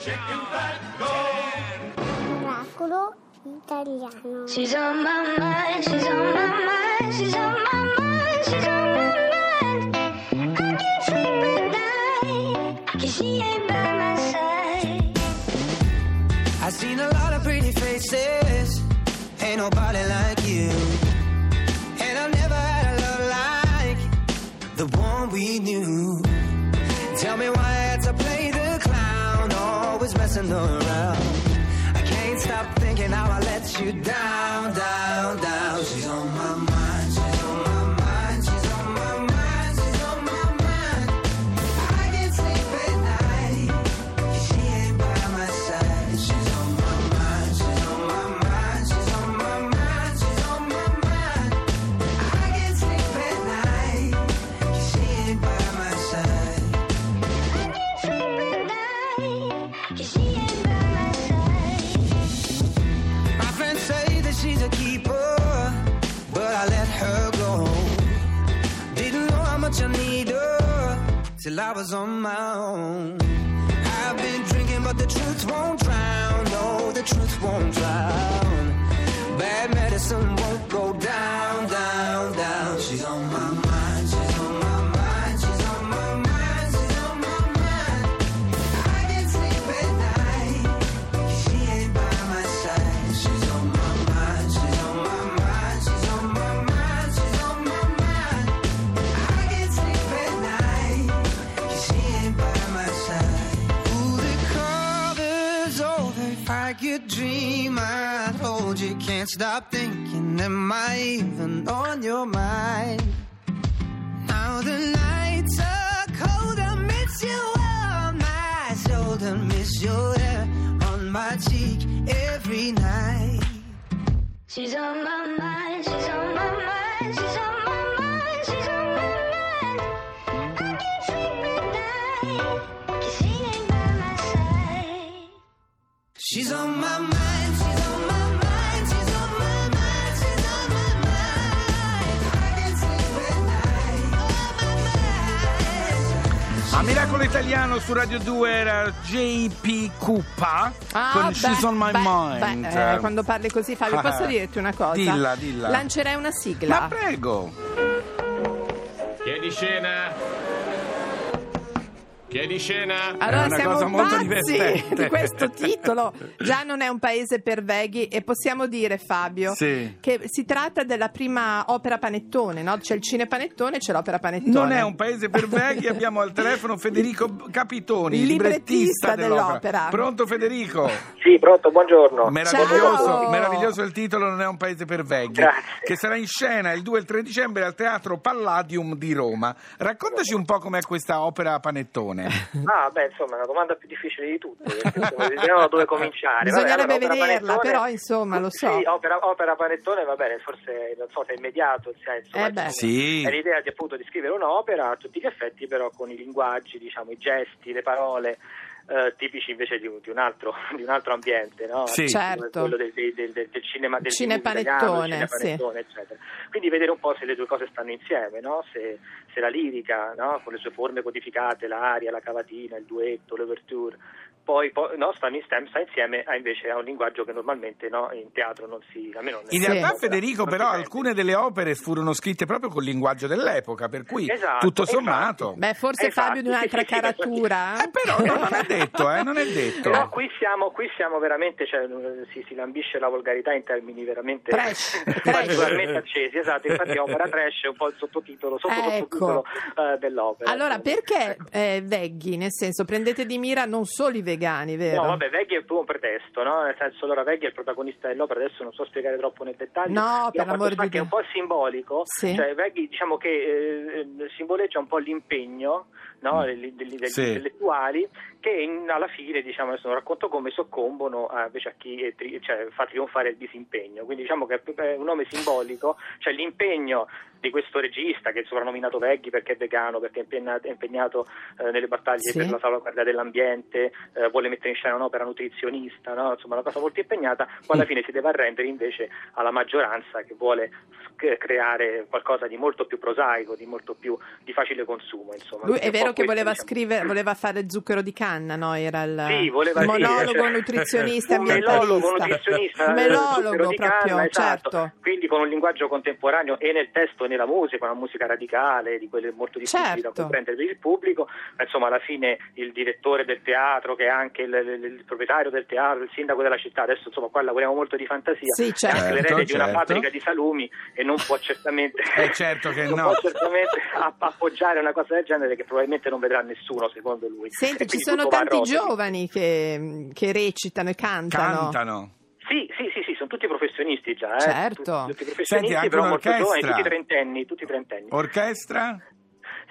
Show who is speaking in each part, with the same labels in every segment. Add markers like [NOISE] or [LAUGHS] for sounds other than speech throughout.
Speaker 1: chicken fat, go!
Speaker 2: Oracolo italiano.
Speaker 3: She's on my mind, she's on my mind, she's on my mind, she's on my mind. I can't sleep at night, 'cause she ain't by my side.
Speaker 4: I've seen a lot of pretty faces, ain't nobody like you. And I've never had a love like the one we knew. Tell me why I had to play the clown, always messing around. I can't stop thinking how I let you down, down, down. She's on my mind, she's on my mind, she's on my mind, she's on my mind. I can't sleep at night. She ain't by my side. She's on my mind. She's on my mind. She's on my mind. She's on my mind. I can't sleep at night. She ain't by my side.
Speaker 3: I can't sleep at night, 'cause she ain't by my side.
Speaker 4: My friends say that she's a keeper, but I let her go. Didn't know how much I need her till I was on my own. I've been drinking, but the truth won't drown. No, the truth won't drown. Bad medicine won't go down, down, down. She's on my mind. She's on my mind. She's on my mind. She's on my mind. I can't sleep at night. She ain't by my side. She's on my mind. She's on my mind. She's on my mind. She's on my mind. I can't sleep at night. 'cause she ain't by my side. Ooh, the cover's over. If I could dream, I'd hold you. Can't stop thinking. Am I even on your mind? Now the nights are cold, I miss you on my shoulder, miss your hair on my cheek every night.
Speaker 3: She's on my mind, she's on my mind, she's on my mind, she's on my mind. I can't sleep at night, 'cause she ain't by my side.
Speaker 4: She's on my mind, she's on my mind, she's on my mind, she's on my mind. I can't sleep at night.
Speaker 1: A Miracolo Italiano su Radio 2 era JP Cuppa
Speaker 5: Ah,
Speaker 1: con
Speaker 5: beh,
Speaker 1: She's on My
Speaker 5: beh,
Speaker 1: Mind.
Speaker 5: beh, eh, quando parli così, Fabio,
Speaker 1: [LAUGHS] Ah.
Speaker 5: posso dirti una cosa?
Speaker 1: Dilla, dilla.
Speaker 5: Lancerai una sigla.
Speaker 1: Ma prego!
Speaker 6: Chiedi scena! Chiedi scena!
Speaker 1: È
Speaker 5: Allora
Speaker 1: una
Speaker 5: siamo
Speaker 1: cosa molto
Speaker 5: pazzi
Speaker 1: divertente.
Speaker 5: di questo titolo. Già non è un paese per veghi e possiamo dire, Fabio,
Speaker 1: Sì.
Speaker 5: che si tratta della prima opera panettone, no? C'è il cine panettone e c'è l'opera panettone.
Speaker 1: Non è un paese per vecchi, abbiamo al telefono Federico Capitoni,
Speaker 5: Il
Speaker 1: librettista
Speaker 5: librettista
Speaker 1: dell'opera.
Speaker 5: dell'opera.
Speaker 1: Pronto Federico?
Speaker 7: Sì, pronto, buongiorno.
Speaker 1: Meraviglioso,
Speaker 5: Ciao.
Speaker 1: meraviglioso il titolo Non è un paese per vecchi,
Speaker 7: Grazie.
Speaker 1: che sarà in scena il 2 e il 3 dicembre al Teatro Palladium di Roma. Raccontaci un po' com'è questa opera panettone.
Speaker 7: Ah, beh, insomma, è una domanda più difficile di tutte,
Speaker 5: [LAUGHS]
Speaker 7: perché insomma, vediamo da dove cominciare. Vabbè,
Speaker 5: Bisognerebbe
Speaker 7: allora, opera
Speaker 5: vederla,
Speaker 7: Panettone-
Speaker 5: però, insomma, lo so.
Speaker 7: Sì, opera, opera panettone, va bene, forse non so se è immediato, se è, insomma,
Speaker 5: Eh beh.
Speaker 1: Sì.
Speaker 7: è l'idea di, appunto di scrivere un'opera a tutti gli effetti, però con i linguaggi, diciamo, i gesti, le parole. eh, tipici invece di, un- di un altro, [LAUGHS] di un altro ambiente, no?
Speaker 1: Sì.
Speaker 5: Certo.
Speaker 7: quello del, del- del- del cinema del
Speaker 5: Cinepanettone,
Speaker 7: cinema italiano,
Speaker 5: sì.
Speaker 7: cinepanettone, eccetera. Quindi vedere un po' se le due cose stanno insieme, no? se, se la lirica, no? con le sue forme codificate, l'aria, la cavatina, il duetto, l'ouverture, poi, poi, no? stanno in stem- sta insieme a, invece a un linguaggio che normalmente no? in teatro non si... almeno nel-
Speaker 1: In
Speaker 5: Sì.
Speaker 1: realtà,
Speaker 7: non-
Speaker 1: Federico,
Speaker 7: non si
Speaker 1: però,
Speaker 7: sente.
Speaker 1: alcune delle opere furono scritte proprio col linguaggio dell'epoca, per cui
Speaker 7: Esatto,
Speaker 1: tutto
Speaker 7: infatti.
Speaker 1: sommato.
Speaker 5: Beh, forse
Speaker 7: Eh, infatti,
Speaker 5: Fabio di un'altra
Speaker 7: sì, sì, sì,
Speaker 1: [LAUGHS]
Speaker 5: caratura.
Speaker 1: Eh, però no, non è detto, eh, non è detto.
Speaker 7: Però qui siamo, qui siamo veramente, cioè, eh, si, si lambisce la volgarità in termini veramente [LAUGHS]
Speaker 5: Trash,
Speaker 7: particolarmente
Speaker 1: trash.
Speaker 7: accesi, esatto, infatti opera trash è un po' il sottotitolo, sotto
Speaker 5: Ecco.
Speaker 7: sottotitolo eh, dell'opera.
Speaker 5: Allora,
Speaker 7: Insomma.
Speaker 5: perché eh, veghi? Nel senso, prendete di mira non solo i vegani, vero?
Speaker 7: No, vabbè, Veghi è il primo pretesto, no? Nel senso, allora Veghi è il protagonista dell'opera, adesso non so spiegare troppo nel dettaglio.
Speaker 5: No, per
Speaker 7: però quanto
Speaker 5: l'amor
Speaker 7: so
Speaker 5: di
Speaker 7: che è
Speaker 5: Dio.
Speaker 7: un po' simbolico,
Speaker 5: Sì.
Speaker 7: cioè Veghi diciamo che eh, eh, simboleggia un po' l'impegno no?
Speaker 1: Mm.
Speaker 7: degli, degli- degli
Speaker 1: Sì.
Speaker 7: intellettuali che in- alla fine, diciamo, adesso non racconto come, soccombono eh, invece a chi è tri- cioè, fa trionfare il disimpegno. Quindi diciamo che è un nome simbolico, cioè l'impegno di questo regista che è soprannominato Veghi perché è vegano, perché è impegna- è impegnato eh, nelle battaglie
Speaker 5: Sì.
Speaker 7: per la salvaguardia dell'ambiente, eh, vuole mettere in scena un'opera nutrizionista, no? insomma una cosa molto impegnata, poi
Speaker 5: Mm.
Speaker 7: alla fine si deve arrendere invece alla maggioranza che vuole sc- creare qualcosa di molto più prosaico, di molto più di facile consumo. Insomma.
Speaker 5: Lui è
Speaker 7: Quindi un po'
Speaker 5: vero che
Speaker 7: questo,
Speaker 5: voleva
Speaker 7: diciamo.
Speaker 5: scrivere, voleva fare zucchero di canna, no? Era il
Speaker 7: Sì, voleva
Speaker 5: il
Speaker 7: sì,
Speaker 5: Eh, monologo
Speaker 7: [LAUGHS] cioè-
Speaker 5: nutrizionista
Speaker 7: un
Speaker 5: ambientalista.
Speaker 7: melologo nutrizionista
Speaker 5: Un
Speaker 7: eh,
Speaker 5: melologo
Speaker 7: zucchero di canna,
Speaker 5: proprio,
Speaker 7: esatto.
Speaker 5: certo.
Speaker 7: quindi con un linguaggio contemporaneo e nel testo e nella musica una musica radicale di quelle molto difficili
Speaker 5: Certo.
Speaker 7: da comprendere per il pubblico Ma, insomma alla fine il direttore del teatro che è anche il, il- il proprietario del teatro il sindaco della città adesso insomma qua lavoriamo molto di fantasia
Speaker 5: Sì, certo.
Speaker 7: è anche l'erede di
Speaker 1: Certo,
Speaker 7: una
Speaker 1: certo.
Speaker 7: fabbrica di salumi e non può certamente
Speaker 1: Eh, certo che
Speaker 7: non
Speaker 1: no.
Speaker 7: può certamente app- appoggiare una cosa del genere che probabilmente non vedrà nessuno secondo lui
Speaker 5: Senti,
Speaker 7: E
Speaker 5: ci
Speaker 7: Eh, quindi
Speaker 5: sono
Speaker 7: tutto va a
Speaker 5: tanti
Speaker 7: rotoli.
Speaker 5: giovani che, che recitano e cantano.
Speaker 1: Cantano.
Speaker 7: Sì, sì, sì, sì, sono tutti professionisti già, eh.
Speaker 5: Certo.
Speaker 7: Tutti, tutti professionisti,
Speaker 1: Senti, anche
Speaker 7: però molto giovani,
Speaker 1: un'orchestra.
Speaker 7: tutti trentenni, tutti trentenni.
Speaker 1: Orchestra?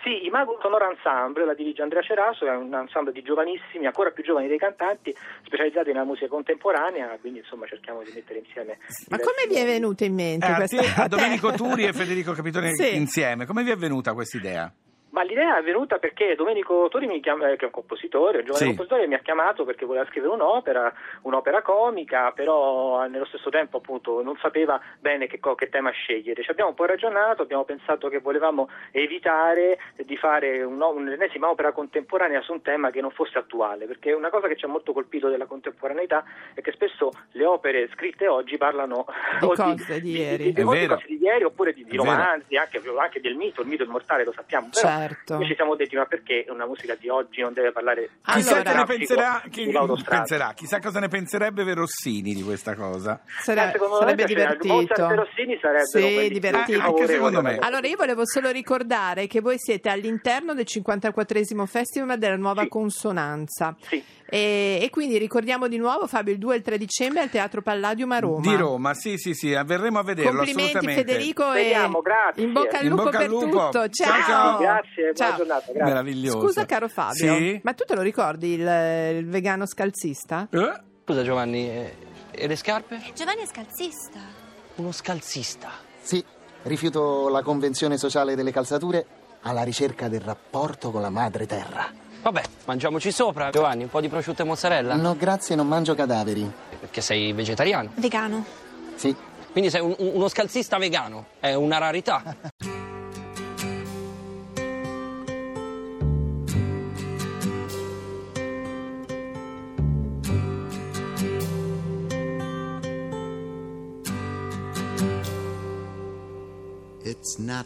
Speaker 7: Sì, i Mago Sonora Ensemble, la dirige Andrea Ceraso, è un ensemble di giovanissimi, ancora più giovani dei cantanti, specializzati nella musica contemporanea, quindi insomma cerchiamo di mettere insieme...
Speaker 5: Ma
Speaker 7: diversi-
Speaker 5: come vi è venuta in
Speaker 1: Eh,
Speaker 5: mente
Speaker 1: a,
Speaker 5: questa
Speaker 1: te- a
Speaker 5: a [LAUGHS] te?
Speaker 1: Domenico Turi e Federico Capitone
Speaker 5: Sì.
Speaker 1: insieme. Come vi è venuta questa idea?
Speaker 7: Ma l'idea è venuta perché Domenico Tori, mi chiama- eh, che è un compositore, un giovane
Speaker 1: Sì.
Speaker 7: compositore, mi ha chiamato perché voleva scrivere un'opera, un'opera comica, però eh, nello stesso tempo appunto non sapeva bene che, co- che tema scegliere. Ci abbiamo un po' ragionato, abbiamo pensato che volevamo evitare di fare un'o- un'ennesima opera contemporanea su un tema che non fosse attuale, perché una cosa che ci ha molto colpito della contemporaneità è che spesso le opere scritte oggi parlano
Speaker 5: Di
Speaker 7: [LAUGHS] o
Speaker 5: cose di ieri.
Speaker 1: È
Speaker 7: molte
Speaker 1: vero.
Speaker 7: cose di ieri oppure di, di
Speaker 1: È vero.
Speaker 7: romanzi, anche, anche del mito, il mito immortale lo sappiamo, però
Speaker 5: [LAUGHS] Certo.
Speaker 7: noi ci siamo detti, ma perché una musica di oggi non deve parlare
Speaker 1: Chissà,
Speaker 5: Allora-
Speaker 1: che ne penserà, chi-
Speaker 7: penserà
Speaker 1: penserà, chissà cosa ne penserebbe Rossini di questa cosa.
Speaker 5: Sare-
Speaker 7: Eh, secondo me
Speaker 5: sarebbe
Speaker 7: piacerebbe.
Speaker 5: divertito.
Speaker 7: Mozart e Rossini sarebbero
Speaker 5: sì,
Speaker 7: bellissimi.
Speaker 5: divertito.
Speaker 1: Eh, anche secondo me.
Speaker 5: Allora, io volevo solo ricordare che voi siete all'interno del 54esimo Festival della Nuova
Speaker 7: Sì.
Speaker 5: Consonanza.
Speaker 7: Sì.
Speaker 5: E, e quindi ricordiamo di nuovo, Fabio, il 2 e il 3 dicembre al Teatro Palladium a Roma.
Speaker 1: Di Roma, sì, sì, sì, verremo a vederlo
Speaker 5: Complimenti
Speaker 1: assolutamente.
Speaker 5: Federico
Speaker 7: Vediamo,
Speaker 5: e
Speaker 7: grazie.
Speaker 5: in bocca al
Speaker 1: In
Speaker 5: lupo
Speaker 1: bocca al
Speaker 5: per
Speaker 1: lupo.
Speaker 5: tutto.
Speaker 1: Ciao, ciao.
Speaker 7: Grazie, buona
Speaker 5: Ciao.
Speaker 7: giornata, grazie.
Speaker 1: Meraviglioso.
Speaker 5: Scusa caro Fabio,
Speaker 1: Sì?
Speaker 5: ma tu te lo ricordi il, il vegano scalzista?
Speaker 1: Eh?
Speaker 8: Scusa Giovanni, eh, e le scarpe?
Speaker 9: Giovanni è scalzista.
Speaker 8: Uno scalzista.
Speaker 10: Sì, rifiuto la convenzione sociale delle calzature alla ricerca del rapporto con la madre terra.
Speaker 8: Vabbè, mangiamoci sopra. Giovanni, un po' di prosciutto e
Speaker 11: Mm.
Speaker 8: mozzarella?
Speaker 10: No, grazie, non mangio cadaveri.
Speaker 8: Perché sei vegetariano.
Speaker 9: Vegano.
Speaker 10: Sì.
Speaker 8: Quindi sei un- uno scalzista vegano. È una rarità.
Speaker 4: It's not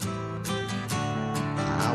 Speaker 4: I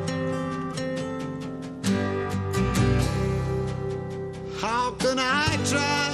Speaker 4: How can I try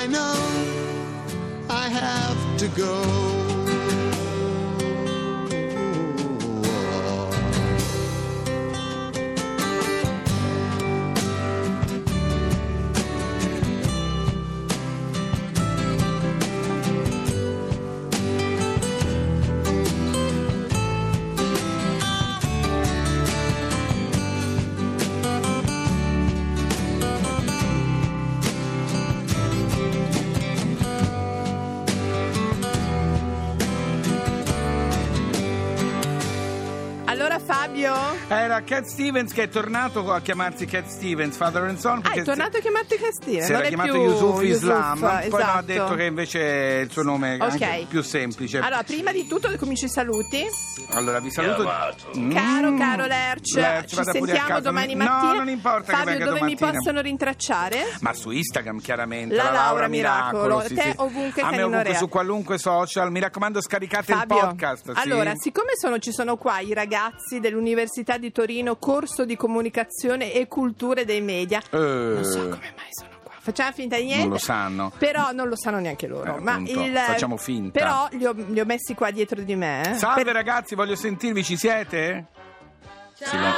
Speaker 4: I know. I have to go.
Speaker 5: Allora Fabio?
Speaker 1: Era Cat Stevens che è tornato a chiamarsi Cat Stevens, Father and Son.
Speaker 5: Ah,
Speaker 1: perché
Speaker 5: è tornato a chiamarti Castile.
Speaker 1: Si
Speaker 5: non
Speaker 1: era
Speaker 5: è
Speaker 1: chiamato
Speaker 5: più
Speaker 1: Yusuf
Speaker 5: Yusuf,
Speaker 1: Islam, poi no,
Speaker 5: esatto.
Speaker 1: ha detto che invece il suo nome è
Speaker 5: Ok.
Speaker 1: anche più semplice.
Speaker 5: Allora, prima di tutto, come ci saluti?
Speaker 1: Allora, vi saluto. Mm.
Speaker 5: Caro, caro Lerch,
Speaker 1: Lerch,
Speaker 5: ci
Speaker 1: vada pure a
Speaker 5: sentiamo
Speaker 1: casa.
Speaker 5: domani
Speaker 1: No,
Speaker 5: mattina.
Speaker 1: non importa che
Speaker 5: Fabio,
Speaker 1: venga
Speaker 5: dove mi
Speaker 1: domattina.
Speaker 5: possono rintracciare?
Speaker 1: Ma su Instagram chiaramente
Speaker 5: La
Speaker 1: la,
Speaker 5: Laura
Speaker 1: Laura
Speaker 5: Miracolo,
Speaker 1: Miracolo,
Speaker 5: te ovunque,
Speaker 1: a me
Speaker 5: Canino
Speaker 1: ovunque
Speaker 5: Rea.
Speaker 1: su qualunque social mi raccomando scaricate il podcast sì.
Speaker 5: allora, siccome sono- ci sono qua i ragazzi dell'Università di Torino, corso di comunicazione e culture dei media,
Speaker 1: Eh.
Speaker 5: non so come mai sono qua. Facciamo finta di niente.
Speaker 1: Non lo sanno.
Speaker 5: Però non lo sanno neanche loro.
Speaker 1: Eh,
Speaker 5: ma
Speaker 1: appunto,
Speaker 5: il-
Speaker 1: facciamo finta.
Speaker 5: Però li ho, li ho messi qua dietro di me. eh.
Speaker 1: salve
Speaker 5: Per-
Speaker 1: ragazzi voglio sentirvi ci siete? Silo-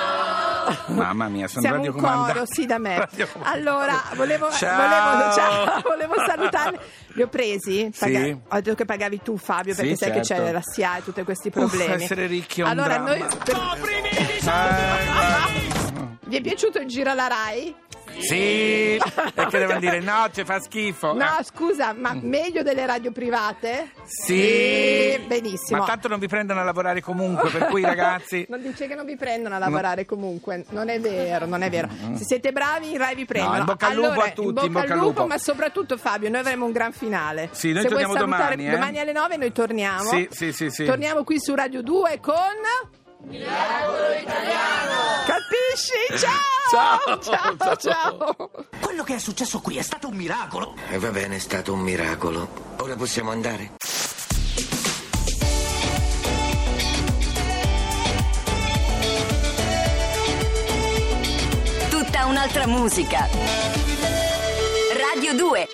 Speaker 1: Mamma mia, sono
Speaker 5: Siamo un
Speaker 1: radiocomandante.
Speaker 5: coro, sì, da me.
Speaker 1: [LAUGHS] Radiocomandante.
Speaker 5: Allora, volevo,
Speaker 1: Ciao.
Speaker 5: volevo, [LAUGHS] ciao, volevo salutarli. Li ho presi?
Speaker 1: Sì.
Speaker 5: Ho detto che pagavi tu, Fabio, perché
Speaker 1: Sì,
Speaker 5: sai che
Speaker 1: certo.
Speaker 5: c'è la SIA e tutti questi
Speaker 1: Uff,
Speaker 5: problemi.
Speaker 1: essere ricchi è un
Speaker 5: allora,
Speaker 1: dramma.
Speaker 5: noi. Vi è piaciuto il giro alla Rai?
Speaker 1: Sì,
Speaker 5: [LAUGHS]
Speaker 1: perché devono dire no, ci fa schifo.
Speaker 5: No,
Speaker 1: Eh,
Speaker 5: scusa, ma meglio delle radio private?
Speaker 1: Sì.
Speaker 5: Benissimo.
Speaker 1: Ma tanto non vi prendono a lavorare comunque, per
Speaker 5: [LAUGHS]
Speaker 1: cui ragazzi...
Speaker 5: Non dice che non vi prendono a lavorare comunque. Non è vero, non è vero. Se siete bravi, in Rai vi prendono.
Speaker 1: Mm. in bocca al lupo
Speaker 5: Allora,
Speaker 1: a tutti,
Speaker 5: In bocca, al lupo,
Speaker 1: lupo.
Speaker 5: ma soprattutto Fabio, noi avremo un gran finale.
Speaker 1: Sì, noi
Speaker 5: Se
Speaker 1: torniamo
Speaker 5: vuoi salutare,
Speaker 1: domani, eh.
Speaker 5: alle 9 noi torniamo.
Speaker 1: Sì, sì, sì, sì.
Speaker 5: Torniamo qui su Radio 2 con Miracolo Italiano.
Speaker 1: [LAUGHS]
Speaker 5: Capisci? Ciao! Ciao, ciao. ciao.
Speaker 11: Quello che è successo qui è stato un miracolo.
Speaker 4: E va bene, è stato un miracolo. Ora possiamo andare.
Speaker 9: Tutta un'altra musica. Radio 2